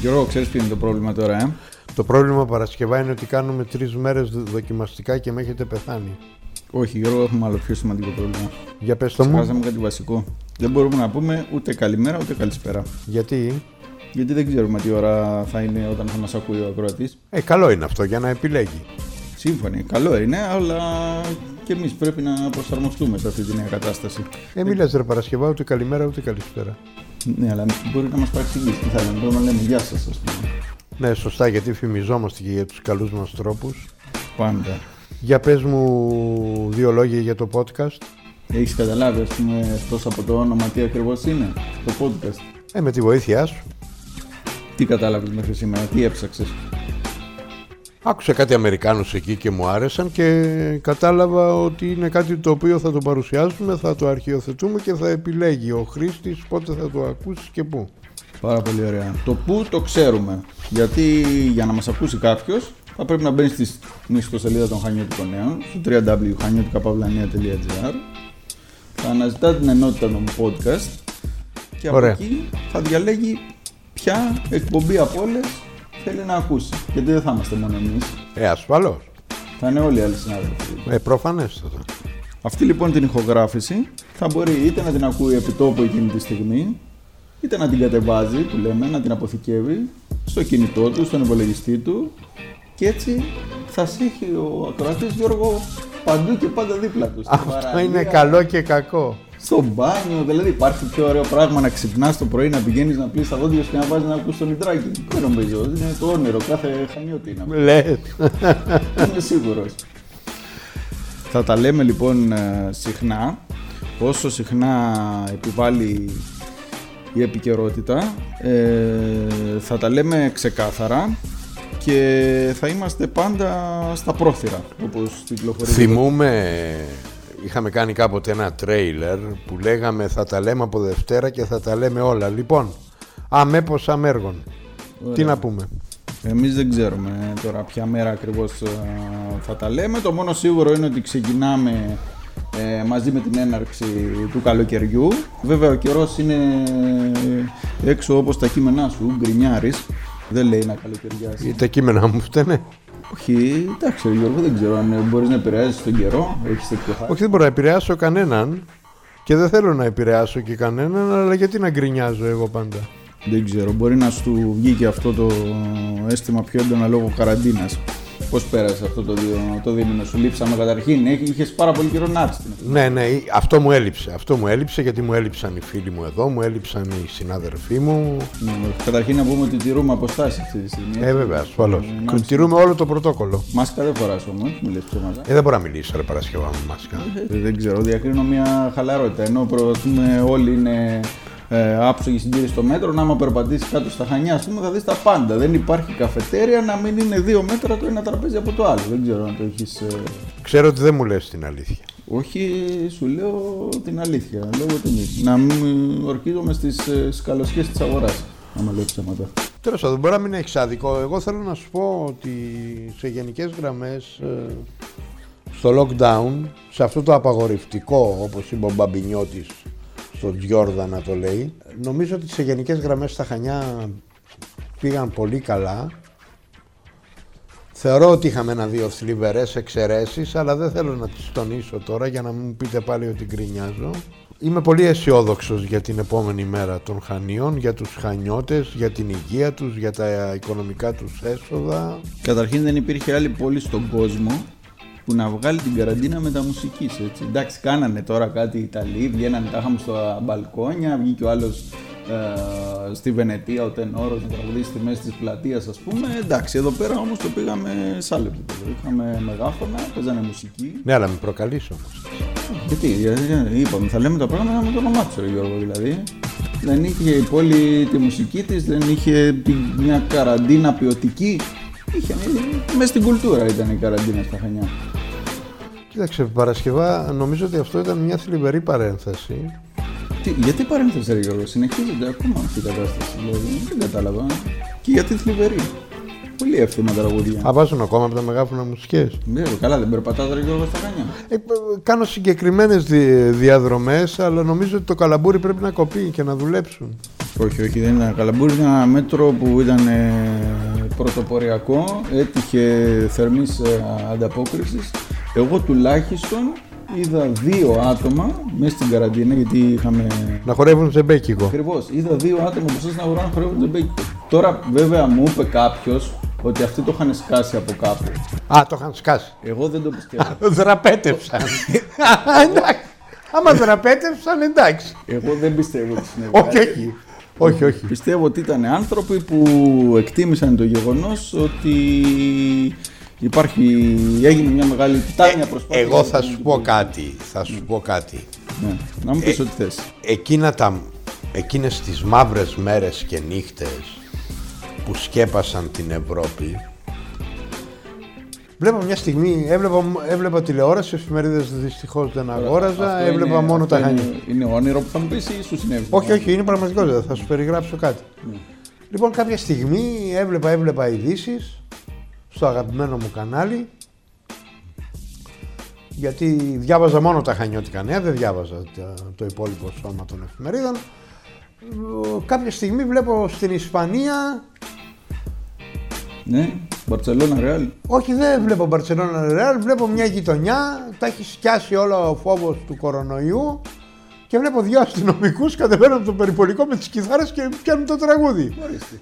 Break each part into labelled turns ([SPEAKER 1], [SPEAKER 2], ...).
[SPEAKER 1] Γιώργο, ξέρεις ποιο είναι το πρόβλημα τώρα, ε?
[SPEAKER 2] Το πρόβλημα Παρασκευά είναι ότι κάνουμε τρεις μέρες δοκιμαστικά και με έχετε πεθάνει.
[SPEAKER 1] Όχι, Γιώργο, έχουμε άλλο πιο σημαντικό πρόβλημα.
[SPEAKER 2] Για πες το μου.
[SPEAKER 1] Ξεχάσαμε κάτι βασικό. Δεν μπορούμε να πούμε ούτε καλημέρα ούτε καλησπέρα.
[SPEAKER 2] Γιατί.
[SPEAKER 1] Γιατί δεν ξέρουμε τι ώρα θα είναι όταν θα μας ακούει ο ακροατής.
[SPEAKER 2] Ε, καλό είναι αυτό για να επιλέγει.
[SPEAKER 1] Σύμφωνοι, καλό είναι, αλλά και εμείς πρέπει να προσαρμοστούμε σε αυτή τη νέα κατάσταση.
[SPEAKER 2] Ε, μη λες, ρε Παρασκευά ούτε καλημέρα ούτε καλησπέρα.
[SPEAKER 1] Ναι, αλλά μπορεί να μας παρεξηγήσει. Τι θα λέμε, μπορούμε να λέμε γεια σας, ας πούμε.
[SPEAKER 2] Ναι, σωστά, γιατί φημιζόμαστε και για τους καλούς μας τρόπους.
[SPEAKER 1] Πάντα.
[SPEAKER 2] Για πες μου δύο λόγια για το podcast.
[SPEAKER 1] Έχεις καταλάβει, ας πούμε, εκτό από το όνομα, τι ακριβώς είναι το podcast.
[SPEAKER 2] Ε, με τη βοήθειά σου.
[SPEAKER 1] Τι κατάλαβες μέχρι σήμερα, τι έψαξες.
[SPEAKER 2] Άκουσα κάτι Αμερικάνους εκεί και μου άρεσαν και κατάλαβα ότι είναι κάτι το οποίο θα το παρουσιάσουμε, θα το αρχιοθετούμε και θα επιλέγει ο χρήστης πότε θα το ακούσει και πού.
[SPEAKER 1] Πάρα πολύ ωραία. Το που το ξέρουμε. Γιατί για να μας ακούσει κάποιος, θα πρέπει να μπαίνει στη σ- ιστοσελίδα των Χανιώτικων Νέων, στο www.χανιώτικαπαυλανία.gr. Θα αναζητά την ενότητα των podcast και από
[SPEAKER 2] Ωραία.
[SPEAKER 1] εκεί θα διαλέγει ποια εκπομπή από όλες θέλει να ακούσει. Γιατί δεν θα είμαστε μόνο εμείς,
[SPEAKER 2] Ε, ασφαλώς.
[SPEAKER 1] θα είναι όλοι οι άλλοι συνάδελφοι.
[SPEAKER 2] Ε, προφανέστατα.
[SPEAKER 1] Αυτή λοιπόν την ηχογράφηση θα μπορεί είτε να την ακούει επί τόπου εκείνη τη στιγμή, είτε να την κατεβάζει, που λέμε, να την αποθηκεύει στο κινητό του, στον υπολογιστή του και έτσι θα σύχει ο ακροατής Γιώργο παντού και πάντα δίπλα του. Στην
[SPEAKER 2] Αυτό είναι καλό και κακό.
[SPEAKER 1] Στο μπάνιο, δηλαδή υπάρχει πιο ωραίο πράγμα να ξυπνάς το πρωί, να πηγαίνεις να πλύνει τα δόντια σου και να βάζεις να ακούς τον νητράκι. Δεν νομίζω, είναι το όνειρο, κάθε χανιώτη είναι αυτό.
[SPEAKER 2] Λες.
[SPEAKER 1] Είμαι σίγουρος. Θα τα λέμε λοιπόν ε, συχνά. Όσο συχνά επιβάλλει η επικαιρότητα, ε, θα τα λέμε ξεκάθαρα και θα είμαστε πάντα στα πρόθυρα, όπως κυκλοφορεί.
[SPEAKER 2] Θυμούμε, είχαμε κάνει κάποτε ένα τρέιλερ που λέγαμε θα τα λέμε από Δευτέρα και θα τα λέμε όλα. Λοιπόν, αμέπως αμέργων. Τι να πούμε.
[SPEAKER 1] Εμείς δεν ξέρουμε τώρα ποια μέρα ακριβώς ε, θα τα λέμε. Το μόνο σίγουρο είναι ότι ξεκινάμε ε, μαζί με την έναρξη του καλοκαιριού. Βέβαια ο καιρός είναι ε, έξω όπως τα κείμενά σου, γκρινιάρης. Δεν λέει να καλοκαιριάσει.
[SPEAKER 2] Τα κείμενα μου φταίνε.
[SPEAKER 1] Όχι, εντάξει Γιώργο, δεν ξέρω αν μπορείς να επηρεάζει τον καιρό, έχεις τέτοιο χάρη.
[SPEAKER 2] Όχι, δεν μπορώ να επηρεάσω κανέναν και δεν θέλω να επηρεάσω και κανέναν, αλλά γιατί να γκρινιάζω εγώ πάντα.
[SPEAKER 1] Δεν ξέρω, μπορεί να σου βγει και αυτό το αίσθημα πιο έντονα λόγω καραντίνας. Πώς πέρασε αυτό το, διο- το δίμηνο σου, λείψαμε καταρχήν, έχ- είχες πάρα πολύ καιρό να έρθεις στην
[SPEAKER 2] Ναι, ναι, αυτό μου έλειψε. Αυτό μου έλειψε γιατί μου έλειψαν οι φίλοι μου εδώ, μου έλειψαν οι συνάδελφοί μου.
[SPEAKER 1] Ναι, Καταρχήν να πούμε ότι τηρούμε αποστάσεις αυτή τη στιγμή.
[SPEAKER 2] Ε, βέβαια, ασφαλώς. Κριτηρούμε όλο το πρωτόκολλο.
[SPEAKER 1] Μάσκα δεν φοράς όμως, μου λε ψέματα.
[SPEAKER 2] Ε, δεν μπορώ να μιλήσω, ρε Παρασκευά μου, μάσκα.
[SPEAKER 1] Ε, δεν ξέρω, διακρίνω μια χαλαρότητα. Ενώ προ- ας πούμε, όλοι είναι ε, άψογοι συντήρηση στο μέτρο, να άμα περπατήσει κάτω στα χανιά, ας πούμε, θα δεις τα πάντα. Δεν υπάρχει καφετέρια να μην είναι δύο μέτρα το ένα τραπέζι από το άλλο. Δεν ξέρω αν το έχεις.
[SPEAKER 2] Ξέρω ότι δεν μου λες την αλήθεια.
[SPEAKER 1] Όχι, σου λέω την αλήθεια, λόγω τιμή. Να μην ορκίζομαι στις ε, σκαλωσιέ της αγοράς. Άμα λέω ψέματα.
[SPEAKER 2] Τέλος πάντων, μπορεί να μην έχεις άδικο. Εγώ θέλω να σου πω ότι σε γενικές γραμμές, στο lockdown, σε αυτό το απαγορευτικό, όπως είπε ο Μπαμπινιώτης στον Τζιόρδα να το λέει, νομίζω ότι σε γενικές γραμμές τα χανιά πήγαν πολύ καλά. Θεωρώ ότι είχαμε ένα-δύο θλιβερές εξαιρέσεις, αλλά δεν θέλω να τις τονίσω τώρα για να μην μου πείτε πάλι ότι γκρινιάζω. Είμαι πολύ αισιόδοξο για την επόμενη μέρα των Χανίων, για τους Χανιώτες, για την υγεία τους, για τα οικονομικά τους έσοδα.
[SPEAKER 1] Καταρχήν δεν υπήρχε άλλη πόλη στον κόσμο που να βγάλει την καραντίνα μεταμουσικής, έτσι. Εντάξει, κάνανε τώρα κάτι οι Ιταλοί, βγαίνανε τάχα μου στα μπαλκόνια, βγήκε ο άλλος ε, στη Βενετία, ο Τενόρος, να τραγουδίσει στη μέση της πλατείας, ας πούμε. Εντάξει, εδώ πέρα όμως το πήγαμε σ' άλλο επίπεδο. Είχαμε μεγάφωνα, παίζανε μουσική.
[SPEAKER 2] Ναι, αλλά με προκαλείς όμως.
[SPEAKER 1] Γιατί, γιατί, είπαμε, θα λέμε τα πράγματα με το όνομά του, Γιώργο, δηλαδή. Δεν είχε η πόλη τη μουσική της, δεν είχε τη- μια καραντίνα ποιοτική. Είχε, μέσα στην κουλτούρα ήταν η καραντίνα στα Χανιά.
[SPEAKER 2] Κοίταξε, Παρασκευά, νομίζω ότι αυτό ήταν μια θλιβερή παρένθεση.
[SPEAKER 1] Τι, γιατί παρένθεση, ρε Γιώργο, συνεχίζεται ακόμα αυτή η κατάσταση, δηλαδή, δεν κατάλαβα. Και γιατί θλιβερή. Πολύ εύθυμα τραγουδία.
[SPEAKER 2] Α, βάζουν ακόμα από τα μεγάφωνα μουσικές.
[SPEAKER 1] Ναι, ρε, καλά, δεν περπατάς, ρε Γιώργο, στα Χανιά.
[SPEAKER 2] Ε, π- κάνω συγκεκριμένες δι- διαδρομές, αλλά νομίζω ότι το καλαμπούρι πρέπει να κοπεί και να δουλέψουν.
[SPEAKER 1] Όχι, όχι, δεν ήταν καλαμπούρι. Ήταν ένα μέτρο που ήταν ε, πρωτοποριακό, έτυχε θερμής ανταπόκρισης. Εγώ τουλάχιστον είδα δύο άτομα μέσα στην καραντίνα, γιατί είχαμε.
[SPEAKER 2] Να χορεύουν σε μπέκικο.
[SPEAKER 1] Ακριβώς, είδα δύο άτομα που στην αγορά να χορεύουν τον μπέκικο. Τώρα, βέβαια, μου είπε κάποιος ότι αυτοί το είχαν σκάσει από κάπου.
[SPEAKER 2] Α, το είχαν σκάσει.
[SPEAKER 1] Εγώ δεν το πιστεύω.
[SPEAKER 2] Δραπέτευσαν. Α, εντάξει. Άμα δραπέτευσαν, εντάξει.
[SPEAKER 1] Εγώ δεν πιστεύω ότι συνέβη.
[SPEAKER 2] Όχι, όχι. Όχι, όχι.
[SPEAKER 1] Πιστεύω ότι ήταν άνθρωποι που εκτίμησαν το γεγονός ότι υπάρχει, έγινε μια μεγάλη τιτάνια προσπάθεια.
[SPEAKER 2] Ε, Εγώ θα σου Ε, πω κάτι. Θα σου πω κάτι.
[SPEAKER 1] Ναι. Να μου πεις ό,τι θες.
[SPEAKER 2] Εκείνα τα, εκείνες τις μαύρες μέρες και νύχτες που σκέπασαν την Ευρώπη Βλέπα μια στιγμή, έβλεπα, έβλεπα τηλεόραση, εφημερίδες δυστυχώς δεν αγόραζα,
[SPEAKER 1] Αυτό
[SPEAKER 2] έβλεπα
[SPEAKER 1] είναι-
[SPEAKER 2] μόνο
[SPEAKER 1] αυτό
[SPEAKER 2] τα χανιά.
[SPEAKER 1] Είναι, είναι όνειρο που θα μου πεις ή σου συνέβη.
[SPEAKER 2] Όχι, όχι, είναι πραγματικότητα. Θα σου περιγράψω κάτι. Λοιπόν, κάποια στιγμή έβλεπα, έβλεπα ειδήσεις στο αγαπημένο μου κανάλι. Γιατί διάβαζα μόνο τα χανιώτικα νέα, δεν διάβαζα τα- το υπόλοιπο σώμα των εφημερίδων. Ε, Κάποια στιγμή βλέπω στην Ισπανία,
[SPEAKER 1] Ναι, Μπαρτσελώνα, Ρεάλ.
[SPEAKER 2] όχι δεν βλέπω Μπαρτσελώνα Ρεάλ, βλέπω μια γειτονιά, τα έχει σκιάσει όλο ο φόβος του κορονοϊού και βλέπω δύο αστυνομικούς κατεβαίνουν από το περιπολικό με τις κιθάρες και πιάνουν το τραγούδι.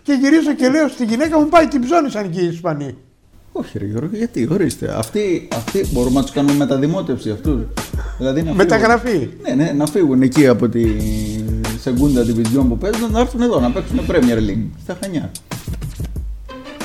[SPEAKER 2] Και γυρίζω και λέω στη γυναίκα μου πάει την ψώνησαν και οι Ισπανοί.
[SPEAKER 1] Όχι, ρε Γιώργο, γιατί, ορίστε. Αυτοί, αυτοί μπορούμε να τους κάνουμε μεταδημότευση αυτούς. Δηλαδή, να φύγουν.
[SPEAKER 2] Μεταγραφή.
[SPEAKER 1] Ναι, ναι, να φύγουν εκεί από τη Σεγκούντα Division που παίζουν να έρθουν εδώ να παίξουν Premier League στα Χανιά.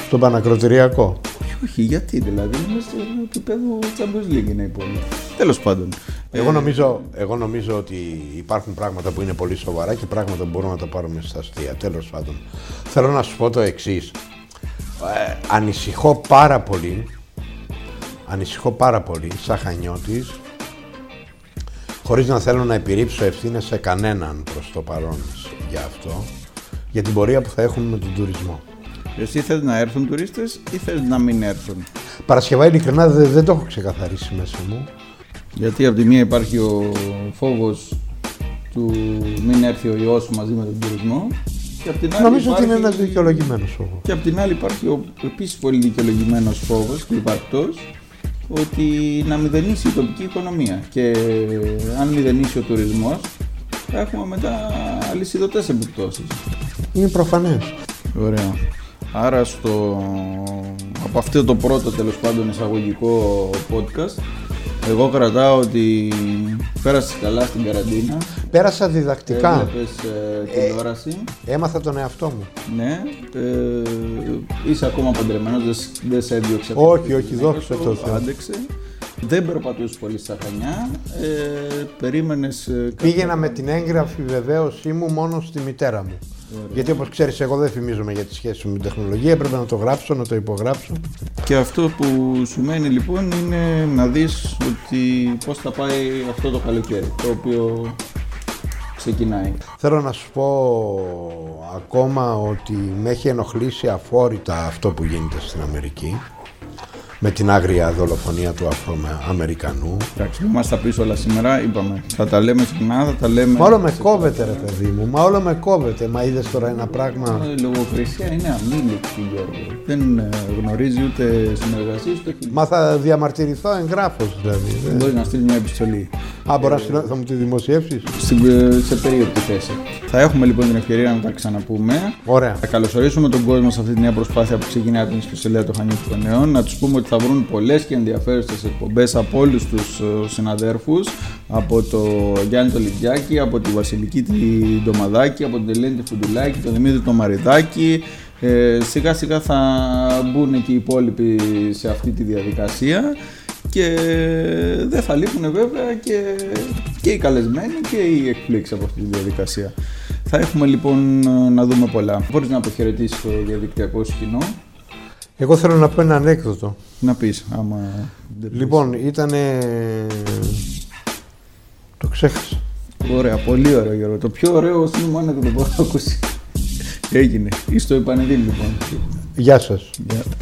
[SPEAKER 2] Στον Πανακροτηριακό.
[SPEAKER 1] Όχι, όχι, γιατί δηλαδή, είναι στο επίπεδο Champions League είναι η πόλη. Τέλος πάντων.
[SPEAKER 2] Εγώ νομίζω, Ε, εγώ νομίζω ότι υπάρχουν πράγματα που είναι πολύ σοβαρά και πράγματα που μπορούμε να τα πάρουμε στα αστεία. Τέλος πάντων, θέλω να σου πω το εξής. Ε, ανησυχώ πάρα πολύ, ανησυχώ πάρα πολύ σαν χανιώτης, χωρίς να θέλω να επιρρύψω ευθύνες σε κανέναν προς το παρόν για αυτό, για την πορεία που θα έχουμε με τον τουρισμό.
[SPEAKER 1] Εσύ θες να έρθουν τουρίστες ή θες να μην έρθουν.
[SPEAKER 2] Παρασκευά, ειλικρινά, δε- δεν το έχω ξεκαθαρίσει μέσα μου.
[SPEAKER 1] Γιατί από τη μία υπάρχει ο φόβος του μην έρθει ο ιός μαζί με τον τουρισμό και από την άλλη
[SPEAKER 2] Νομίζω ότι είναι
[SPEAKER 1] υπάρχει-
[SPEAKER 2] ένας δικαιολογημένος φόβος.
[SPEAKER 1] Και απ' την άλλη υπάρχει ο επίσης πολύ δικαιολογημένος φόβος και υπαρκτός ότι να μηδενίσει η τοπική οικονομία και αν μηδενίσει ο τουρισμός θα έχουμε μετά αλυσιδωτές επιπτώσεις.
[SPEAKER 2] Είναι προφανές.
[SPEAKER 1] Ωραία. Άρα στο... από αυτό το πρώτο τέλος πάντων εισαγωγικό podcast εγώ κρατάω ότι πέρασες καλά στην καραντίνα,
[SPEAKER 2] Πέρασα διδακτικά.
[SPEAKER 1] έβλεπες ε, τηλεόραση.
[SPEAKER 2] Έμαθα τον εαυτό μου.
[SPEAKER 1] Ναι. Ε, είσαι ακόμα παντρεμένος, δεν, σ- δεν σε έδιωξε.
[SPEAKER 2] Όχι,
[SPEAKER 1] αυτή η
[SPEAKER 2] όχι,
[SPEAKER 1] γυναίκα
[SPEAKER 2] δόξα
[SPEAKER 1] σου,
[SPEAKER 2] τω Θεώ.
[SPEAKER 1] Άντεξε. Δεν περπατούσε πολύ στα χανιά. Ε, Περίμενες.
[SPEAKER 2] Πήγαινα με την έγγραφη βεβαίωσή μου μόνο στη μητέρα μου. Γιατί όπως ξέρεις, εγώ δεν φημίζομαι για τη σχέση μου με την τεχνολογία. Έπρεπε να το γράψω, να το υπογράψω.
[SPEAKER 1] Και αυτό που σου μένει λοιπόν είναι να δεις ότι πώς θα πάει αυτό το καλοκαίρι το οποίο ξεκινάει.
[SPEAKER 2] Θέλω να σου πω ακόμα ότι με έχει ενοχλήσει αφόρητα αυτό που γίνεται στην Αμερική με την άγρια δολοφονία του Αφροαμερικανού.
[SPEAKER 1] Εντάξει, μας τα πεις όλα σήμερα, είπαμε. Θα τα λέμε συχνά, θα τα λέμε.
[SPEAKER 2] Μα όλο με κόβεται, ρε παιδί μου. Μα όλο με κόβεται. Μα είδες τώρα ένα πράγμα.
[SPEAKER 1] Η Ε, λογοκρισία είναι αμήλικτη, Γιώργο. Δεν ε, γνωρίζει ούτε συνεργασία ούτε
[SPEAKER 2] Μα θα διαμαρτυρηθώ εγγράφος δηλαδή.
[SPEAKER 1] Δεν μπορείς να στείλεις μια επιστολή
[SPEAKER 2] Α, μπορώ να σου- θα μου τη δημοσιεύσεις.
[SPEAKER 1] σε, σε περίοπτη θέση. Θα έχουμε λοιπόν την ευκαιρία να τα ξαναπούμε.
[SPEAKER 2] Ωραία.
[SPEAKER 1] Θα καλωσορίσουμε τον κόσμο σε αυτή τη νέα προσπάθεια που ξεκινάει από την Ισπεσελέα των Χανιώτικων Νέων. Να τους πούμε ότι θα βρουν πολλές και ενδιαφέρουσες εκπομπές από όλους τους συναδέρφους. Από το Γιάννη το Λιβιάκη, από τη Βασιλική την Ντομαδάκη, από την Ελένη τη Φουντουλάκη, τον Δημήτρη τον Μαριδάκη. Ε, σιγά σιγά θα μπουν και οι υπόλοιποι σε αυτή τη διαδικασία και δεν θα λείπουν βέβαια και, και οι καλεσμένοι και οι εκπλήξεις από αυτή τη διαδικασία. Θα έχουμε λοιπόν να δούμε πολλά. Μπορείς να αποχαιρετήσεις το διαδικτυακό σου κοινό,
[SPEAKER 2] Εγώ θέλω να πω ένα ανέκδοτο.
[SPEAKER 1] να πεις άμα δεν πεις.
[SPEAKER 2] Λοιπόν, ήταν. Το ξέχασα.
[SPEAKER 1] Ωραία, πολύ ωραίο Γιώργο. Το πιο ωραίο σύνομο άνεκδοτο που έχω ακούσει. Έγινε. Είσαι το επανεδίν λοιπόν.
[SPEAKER 2] Γεια σας.
[SPEAKER 1] Γεια.